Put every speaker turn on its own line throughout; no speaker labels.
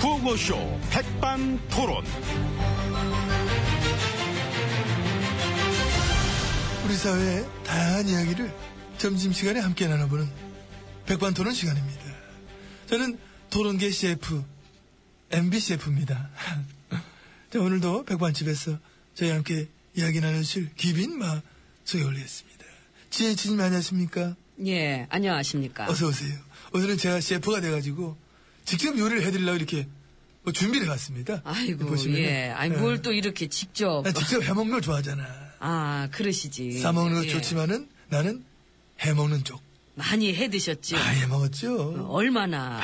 구호쇼 백반 토론.
우리 사회의 다양한 이야기를 점심시간에 함께 나눠보는 백반토론 시간입니다. 저는 토론계 CF, MB CF입니다. 자, 오늘도 백반집에서 저희와 함께 이야기 나누실 기빈마 소개를 했습니다. 지혜진님 안녕하십니까?
예, 안녕하십니까.
어서오세요. 오늘은 제가 CF가 돼가지고 직접 요리를 해드리려고 이렇게 뭐 준비를 해왔습니다.
아이고,
보시면은.
예. 아니,
예.
뭘 또 이렇게 직접.
나 직접 해먹는 걸 좋아하잖아.
아, 그러시지.
싸먹는 거
예.
좋지만은 나는 해먹는 쪽.
많이 해 드셨지.
많이 해먹었죠.
얼마나.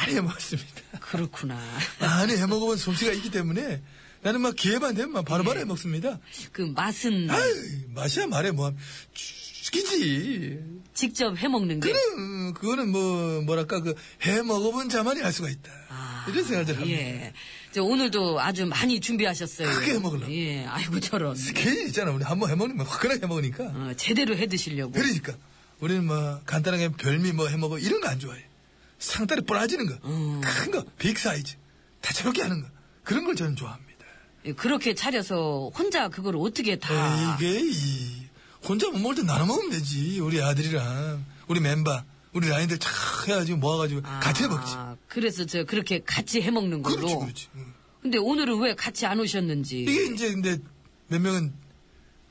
많이 해먹었습니다.
그렇구나.
많이 해먹어본 솜씨가 있기 때문에 나는 막 기회만 되면 막
네.
바로바로 해먹습니다.
그 맛은
아이, 맛이야 말해 뭐함. 죽이지.
직접 해 먹는 게.
그래, 음, 그거는 뭐, 뭐랄까, 그, 해 먹어본 자만이 알 수가 있다.
아,
이런 생각들 합니다.
예. 저 오늘도 아주 많이 준비하셨어요.
크게 해 먹으려고.
예, 아이고, 저런.
괜히 있잖아. 우리 한번 해먹으면 화끈하게 해먹으니까.
어, 제대로 해 드시려고.
그러니까. 우리는 뭐, 간단하게 별미 뭐 해먹어. 이런 거 안 좋아해. 상다리 뽀라지는 거.
음.
큰 거. 빅 사이즈. 다채롭게 하는 거. 그런 걸 저는 좋아합니다.
예, 그렇게 차려서 혼자 그걸 어떻게 다.
이게, 이, 혼자 못 먹을 때 나눠 먹으면 되지. 우리 아들이랑, 우리 멤버, 우리 라인들 착 해가지고 모아가지고
아,
같이 해먹지.
그래서 저 그렇게 같이 해 먹는 걸로.
그렇지, 그렇지. 응.
근데 오늘은 왜 같이 안 오셨는지.
이게 이제 근데 몇 명은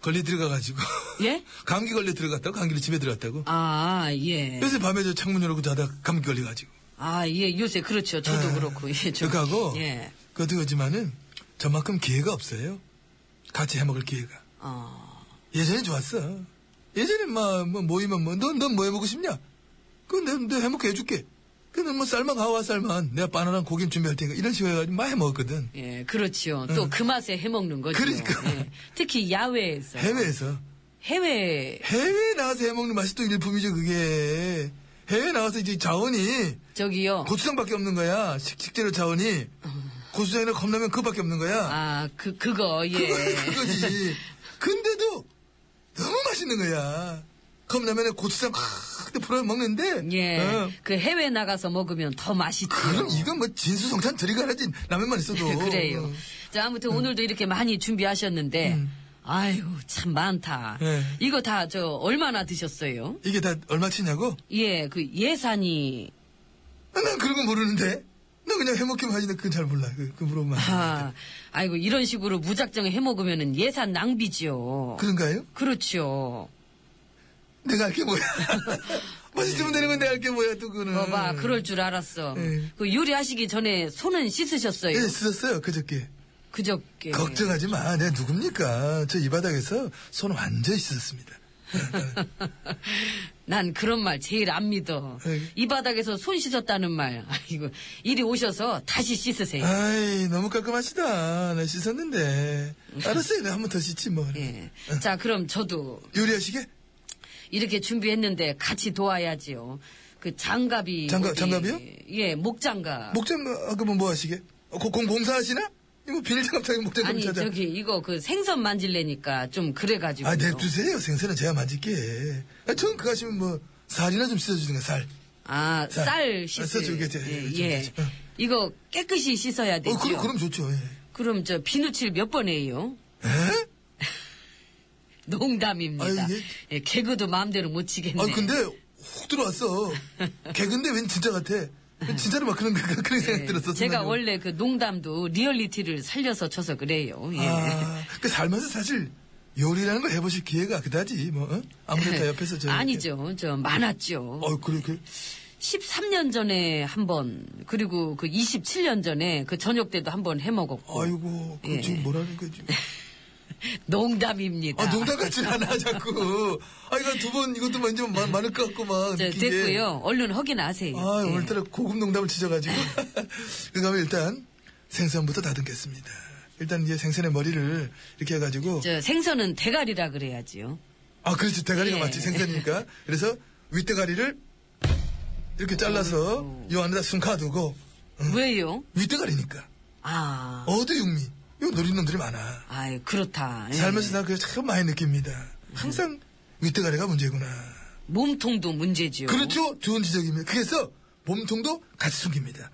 걸리 들어가가지고.
예?
감기 걸려 들어갔다고? 감기로 집에 들어갔다고?
아, 예.
요새 밤에 저 창문 열고 자다가 감기 걸려가지고.
아, 예, 요새 그렇죠. 저도
아,
그렇고. 예, 좀,
그하고
예.
그것도 그렇지만은 저만큼 기회가 없어요. 같이 해먹을 기회가.
어,
예전에 좋았어. 예전에 막, 뭐 모이면 뭐, 넌, 넌 뭐 해먹고 싶냐? 그건 내, 내가 해먹게 해줄게. 그는 뭐 쌀만 가와 쌀만 내가 바나나 고기 준비할 테니까 이런 식으로 해가지고 막 해먹었거든.
예, 그렇지요. 또 그 맛에 해 먹는
음.
거죠.
그러니까.
예. 특히 야외에서.
해외에서.
해외,
해외에 나가서 해먹는 맛이 또 일품이죠, 그게. 해외에 나가서 이제 자원이
저기요.
고추장밖에 없는 거야. 식, 식재료 자원이. 고추장이나 컵라면 그거밖에 없는 거야.
아, 그, 그거, 예.
그거- 그거지. 근데도 너무 맛있는 거야. 컵라면에 고추장 크게 풀어 먹는데.
예.
어.
그 해외 나가서 먹으면 더 맛있죠. 예,
그럼 이건 뭐 진수성찬 들이가라지 라면만 있어도.
그래요. 자, 아무튼
음.
오늘도 이렇게 많이 준비하셨는데, 아유, 참 많다.
예.
이거 다, 저, 얼마나 드셨어요?
이게 다 얼마치냐고?
예, 그 예산이
아, 난 그런 거 모르는데. 난 그냥 해먹기만 하는데 그건 잘 몰라. 그, 그 물어보면. 안
아, 아이고 이런 식으로 무작정 해 먹으면은 예산 낭비죠.
돼. 그런가요?
그렇죠.
내가 알게 뭐야. 맛있으면 되는 건 내가 알게 뭐야, 또 그거는.
네. 봐봐, 그럴 줄 알았어.
음. 예.
그 요리하시기 전에 손은 씻으셨어요.
예, 쓰셨어요, 그저께.
그저께.
걱정하지 마. 내가 누굽니까? 저 이 바닥에서 손 완전히 씻었습니다.
난 그런 말 제일 안 믿어.
에이.
이 바닥에서 손 씻었다는 말. 아이고, 이리 오셔서 다시 씻으세요.
아이, 너무 깔끔하시다. 나 씻었는데. 알았어요. 내가 한 번 더 씻지, 뭐.
예. 자, 그럼 저도
요리하시게?
이렇게 준비했는데 같이 도와야지요. 그 장갑이.
장갑,
어디-
장갑이요?
예, 목장갑.
목장, 아까 뭐, 뭐 하시게? 어, 고, 공, 공사하시나? 이거 비닐장갑 타기 목장 좀
아니
찾아.
저기 이거 그 생선 만질래니까 좀 그래가지고
아, 냅두세요. 생선은 제가 만질게. 아, 전 그거 하시면 뭐, 살이나 좀 씻어주든가, 살.
아,
자,
쌀
아, 쌀
씻을
줄게, 예,
예,
좀
예.
되죠. 어.
이거 깨끗이 씻어야 되죠.
어, 그럼, 그럼 좋죠. 예.
그럼 저 비누칠 몇 번 해요?
에?
농담입니다.
아유,
예, 개그도 마음대로 못 치겠네.
아, 근데, 훅 들어왔어. 개근데 왠 진짜 같아. 진짜로 막 그런, 그- 그런 생각
예,
들었어.
제가
순간적으로.
원래 그 농담도 리얼리티를 살려서 쳐서 그래요. 예.
아, 그 살면서 사실 요리라는 걸 해보실 기회가 그다지 뭐 어? 아무래도 다 옆에서 저
아니죠. 저 많았죠.
어 그래 그
13년 전에 한 번, 그리고 그 27년 전에 그 저녁 때도 한 번 해먹었고.
아이고 그 지금
어. 예.
뭐라는 거지?
농담입니다.
아 농담 같진 않아 자꾸. 아 이거 두 번 이것도 왠지 마- 많을 것 같고 막
저,
느낀 게.
네, 됐고요. 얼른 확인하세요.
네, 아
예.
오늘따라 고급 농담을 치셔가지고. 그러면 일단 생선부터 다듬겠습니다. 일단 이제 생선의 머리를 이렇게 해가지고
저 생선은 대가리라 그래야지요.
아, 그렇지. 대가리가
예.
맞지. 생선이니까. 그래서 윗대가리를 이렇게 잘라서 요 안에다 숨가두고 음.
왜요?
윗대가리니까.
아,
어두육미. 요 노린 놈들이 많아.
아이 그렇다. 예.
어. 살면서 나 그걸 참 많이 느낍니다. 항상 윗대가리가 문제구나.
몸통도 문제지요. 아.
그렇죠. 좋은 지적입니다. 그래서 몸통도 같이 숨깁니다.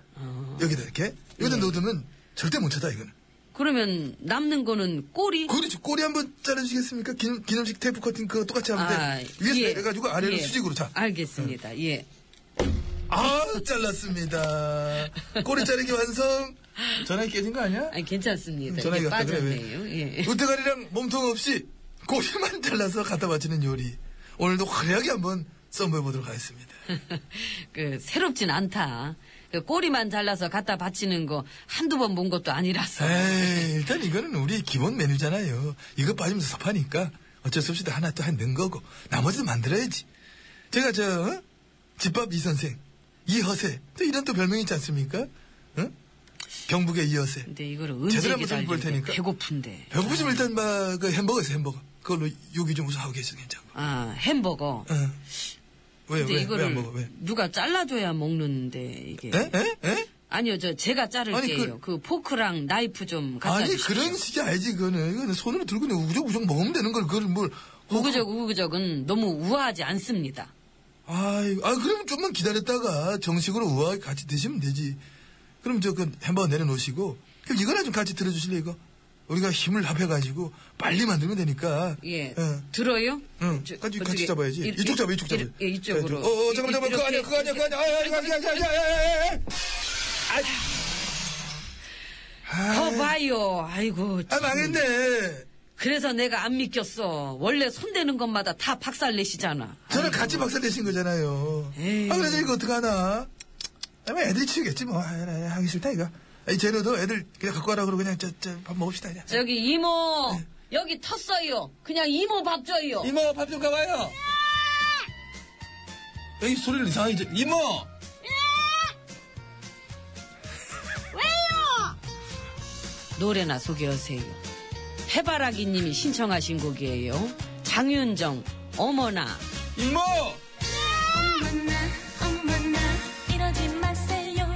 여기다 이렇게
네.
여기다 넣어두면 절대 못 찾아, 이건.
그러면 남는 거는 꼬리?
그렇지. 꼬리 한번 잘라주시겠습니까? 기념, 기념식 테이프 커팅 그거 똑같이 하면 돼. 위에서
예.
내려가지고 아래로
예.
수직으로 자.
알겠습니다. 예.
아, 잘랐습니다. 꼬리 자르기 완성. 전화기 깨진 거 아니야?
아니, 괜찮습니다. 이게
음, 전화기 갖다 그래, 왜. 어?
빠졌네요. 예.
우태가리랑 몸통 없이 고기만 잘라서 갖다 바치는 요리. 오늘도 화려하게 한번 선보여보도록 하겠습니다.
그, 새롭진 않다. 그 꼬리만 잘라서 갖다 바치는 거 한두 번 본 것도 아니라서.
에이, 일단 이거는 우리 기본 메뉴잖아요. 이거 빠지면 섭하니까 어쩔 수 없이 또 하나 또 한 넣은 거고 나머지도 만들어야지. 제가 저 어? 집밥 이 선생, 이 허세 또 이런 또 별명이 있지 않습니까? 어? 경북의 이 허세.
근데 이거를
제대로 한번 좀
언제 기다리고
볼 테니까.
배고픈데.
배고프시면 일단 막그 햄버거에서 햄버거 그걸로 요기 좀 우선 하고 계시는 괜찮고.
아, 햄버거.
어. 왜
근데
왜 왜
이거를 예.
안 먹어 왜?
누가 잘라줘야 먹는데 이게.
에? 에? 에?
아니요, 저 제가 자를게요.
아니,
그... 포크랑 나이프 좀 갖다
아니
주십시오.
그런 식이 알지 그거는 이거는 손으로 들고 그냥 우적우적 먹으면 되는 걸 그걸 뭘
우그적 우그적은 너무 우아하지 않습니다.
아이, 아, 그럼 좀만 기다렸다가 정식으로 우아하게 같이 드시면 되지. 그럼 저 그 햄버거 내려놓으시고, 그럼 이거나 좀 같이 들어주실래, 이거? 우리가 힘을 합해가지고 빨리 만들면 되니까.
예.
어.
들어요?
응,
저,
같이,
어떻게-
같이 잡아야지.
이-
이쪽 잡아, 이쪽 잡아.
이- 예, 이쪽으로.
어, 어, 잠깐만, 잠깐만. 그거 아니야, 그거 아니야, 그거 아니야. 아, 아, 이거 아니야, 아니야, 아니야, 아니야, 아니야.
거 봐요. 아이고.
아,
참.
망했네.
그래서 내가 안 믿겼어. 원래 손대는 것마다 다 박살내시잖아.
저는 같이 박살 내신 거잖아요.
에이.
아, 그래서 이거 어떡하나. 아마 애들이 치우겠지, 뭐. 아, 아, 하기 싫다, 이거. 이 쟤네도 애들 그냥 갖고 가라 그러고 그냥 저, 저, 밥 먹읍시다, 그냥.
저기 이모.
네.
여기 텄어요. 그냥 이모 밥 줘요.
이모 밥 좀 가봐요. 에이 소리를 이상하게 지 이모.
노래나 소개하세요. 해바라기 님이 신청하신 곡이에요. 장윤정, 어머나.
이모.
어머나 어머나 이러지 마세요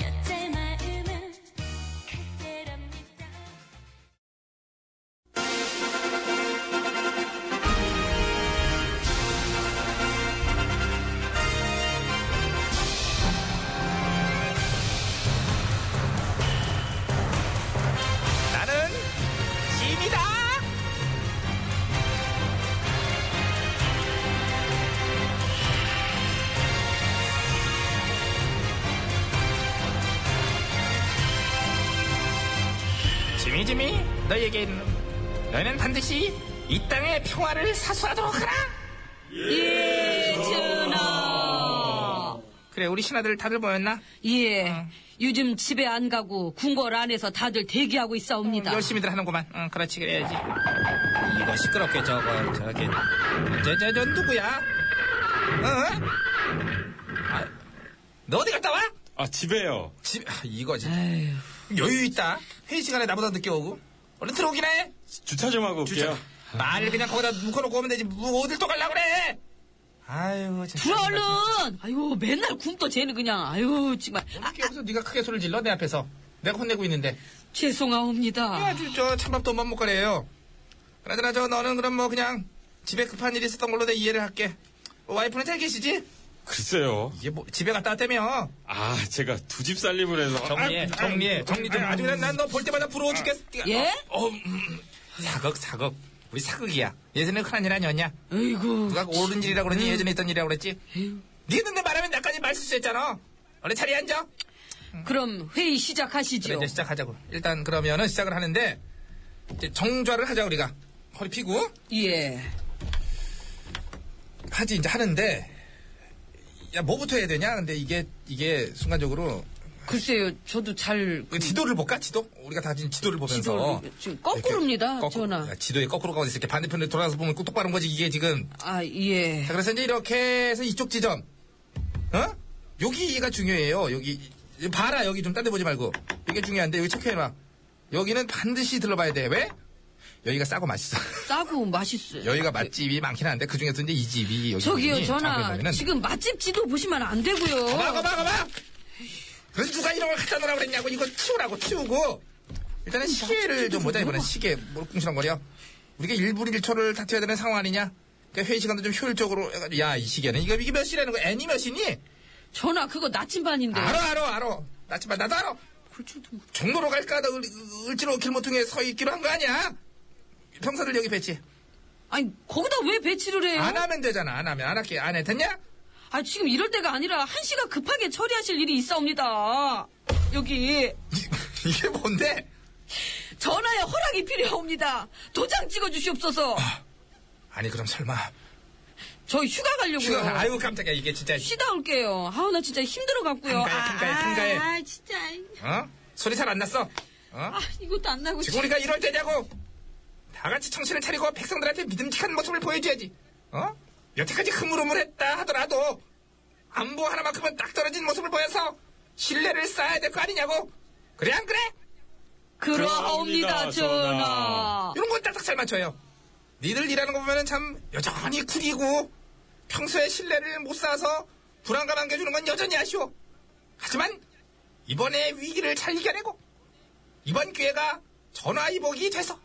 여태 마음은 그때랍니다
나는 짐이다. 짐이 짐이 너에게 있는 너는 반드시 이 땅의 평화를 사수하도록 하라.
예준아.
그래 우리 신하들 다들 모였나?
예. 요즘 집에 안 가고 궁궐 안에서 다들 대기하고 있사옵니다.
열심히들 하는구만. 응, 그렇지 그래야지. 이거 시끄럽게 저거 저기 저저 저 누구야? 어? 아, 너 어디 갔다 와?
아, 집에요.
집 아, 이거 진짜
에휴,
여유 있다. 회의 시간에 나보다 늦게 오고 얼른 들어오긴 해.
주차 좀 하고 올게요.
말을 그냥 거기다 묶어놓고 오면 되지. 뭐 어딜 또 갈라 그래? 아유 진짜.
들어 얼른. 아유 맨날 굶떠 쟤는 그냥. 아유 정말. 아,
이렇게 해서 네가 크게 소리를 질러 내 앞에서. 내가 혼내고 있는데.
죄송하옵니다.
아주 저 찬밥도 못 먹거래요. 그나저나 저 너는 그럼 뭐 그냥 집에 급한 일이 있었던 걸로 내 이해를 할게. 어, 와이프는 잘 계시지?
글쎄요.
이게 뭐 집에 갔다 왔다며.
아, 제가 두 집 살림을 해서.
정리해,
아,
정리해, 정리 좀. 아주 그냥 난너 볼 때마다 부러워 죽겠어.
예?
어, 음. 사극, 사극. 우리 사극이야. 예전에 흔한 일 아니었냐?
아이고.
누가 옳은 일이라고 그러니 예전에 있던 일이라고 그랬지? 네 눈에 말하면 나까지 말실수했잖아. 얼른 자리에 앉아.
그럼 회의 시작하시죠.
그래, 이제 시작하자고. 일단 그러면은 시작을 하는데 이제 정좌를 하자 우리가. 허리 피고
예.
하지 이제 하는데 야 뭐부터 해야 되냐? 근데 이게 이게 순간적으로
글쎄요, 저도 잘.
그 지도를 볼까? 지도? 우리가 다 지금 지도를 보면서
지도를- 지금 거꾸로입니다,
이렇게
전화.
야, 지도에 거꾸로 가고 있을 게 반대편으로 돌아서 보면 꼭 똑바른 거지 이게 지금.
아, 예.
자, 그래서 이제 이렇게 해서 이쪽 지점. 어? 여기가 중요해요. 여기. 봐라, 여기 좀 딴 데 보지 말고. 이게 중요한데, 여기 체크해놔. 여기는 반드시 들러봐야 돼. 왜? 여기가 싸고 맛있어.
싸고 맛있어요.
여기가 맛집이 많긴 한데, 그 중에서 이제 이 집이 여기.
저기요,
부분이 작은
전화.
거면은
지금 뭐- 맛집 지도 보시면 안 되고요.
거봐, 거봐, 거봐! 그래서 누가 이런 걸 갖다 놓으라고 그랬냐고. 이거 치우라고, 치우고. 일단은
음,
시계를 좀 보자, 이번엔. 시계, 모르쿵시렁거려. 우리가 1분 1초를 다투어야 되는 상황 아니냐? 그러니까 회의 시간도 좀 효율적으로 해가지고, 야, 이 시계는. 이거,
네.
이게 몇 시라는 거야? 애니 몇 시니?
전화, 그거 나침반인데.
알아, 알아, 알아. 나지만 나도 알아.
줄도 모르.
종로로 갈까 하다 을- 을지로 길모퉁이에 서 있기로 한 거 아니야? 병사들 여기 배치.
아니 거기다 왜 배치를 해요?
안 하면 되잖아. 안 하면 안 할게 안 해. 됐냐?
아 지금 이럴 때가 아니라 한 씨가 급하게 처리하실 일이 있사옵니다. 여기
이게 뭔데?
전화에 허락이 필요합니다. 도장 찍어주시옵소서.
아. 아니 그럼 설마
저 휴가 가려고요.
휴가 가- 아이고 깜짝이야 이게 진짜
쉬다 올게요. 아우 나 진짜 힘들어 갖고요.
통과해, 통과해, 통과해.
아, 아, 진짜
어? 소리 잘 안 났어? 어?
아 이것도 안 나고
지금 우리가 이럴 때냐고 다 같이 정신을 차리고 백성들한테 믿음직한 모습을 보여줘야지 어? 여태까지 흐물흐물했다 하더라도 안보 하나만큼은 딱 떨어진 모습을 보여서 신뢰를 쌓아야 될 거 아니냐고 그래 안 그래?
그러옵니다
그러옵니다,
전하.
전하.
이런 건 딱딱 잘 맞춰요 니들 일하는 거 보면 참 여전히 구리고 평소에 신뢰를 못 쌓아서 불안감 안겨주는 건 여전히 아쉬워 하지만 이번에 위기를 잘 이겨내고 이번 기회가 전화위복이 돼서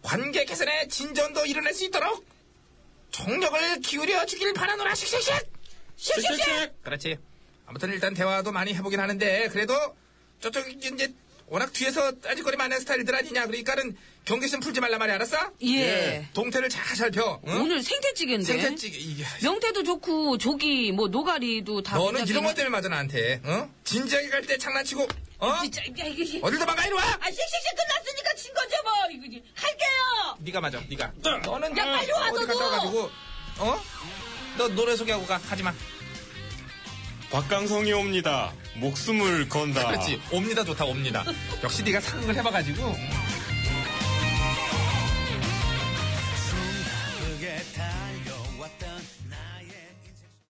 관계 개선에 진전도 이뤄낼 수 있도록 정력을 기울여 주길 바라노라 씩씩씩 씩씩씩 그렇지 아무튼 일단 대화도 많이 해보긴 하는데 그래도 저쪽 이제 워낙 뒤에서 따질거리 많은 스타일들 아니냐 그러니까는 경계심 풀지 말란 말이야 알았어?
예.
동태를 잘 살펴 응?
오늘 생태찌개인데.
생태찌개 이게
명태도 좋고 조기 뭐 노가리도 다.
너는
괜찮긴
이런 것
한데.
때문에 맞아 나한테 어? 진지하게 갈 때 장난치고 어?
진짜 야 이게.
어딜 도망가 이리 와
아 씩씩씩 끝났으니까 진 거죠 뭐 이거 이제 할게요.
네가 맞아, 네가. 너는
야, 빨리 와,
어디 갔다
너도.
와가지고, 어? 너 노래 소개하고 가, 가지 마.
박강성이 옵니다. 목숨을 건다.
그렇지, 옵니다 좋다, 옵니다. 역시 네가 상극을 해봐가지고.
그게 다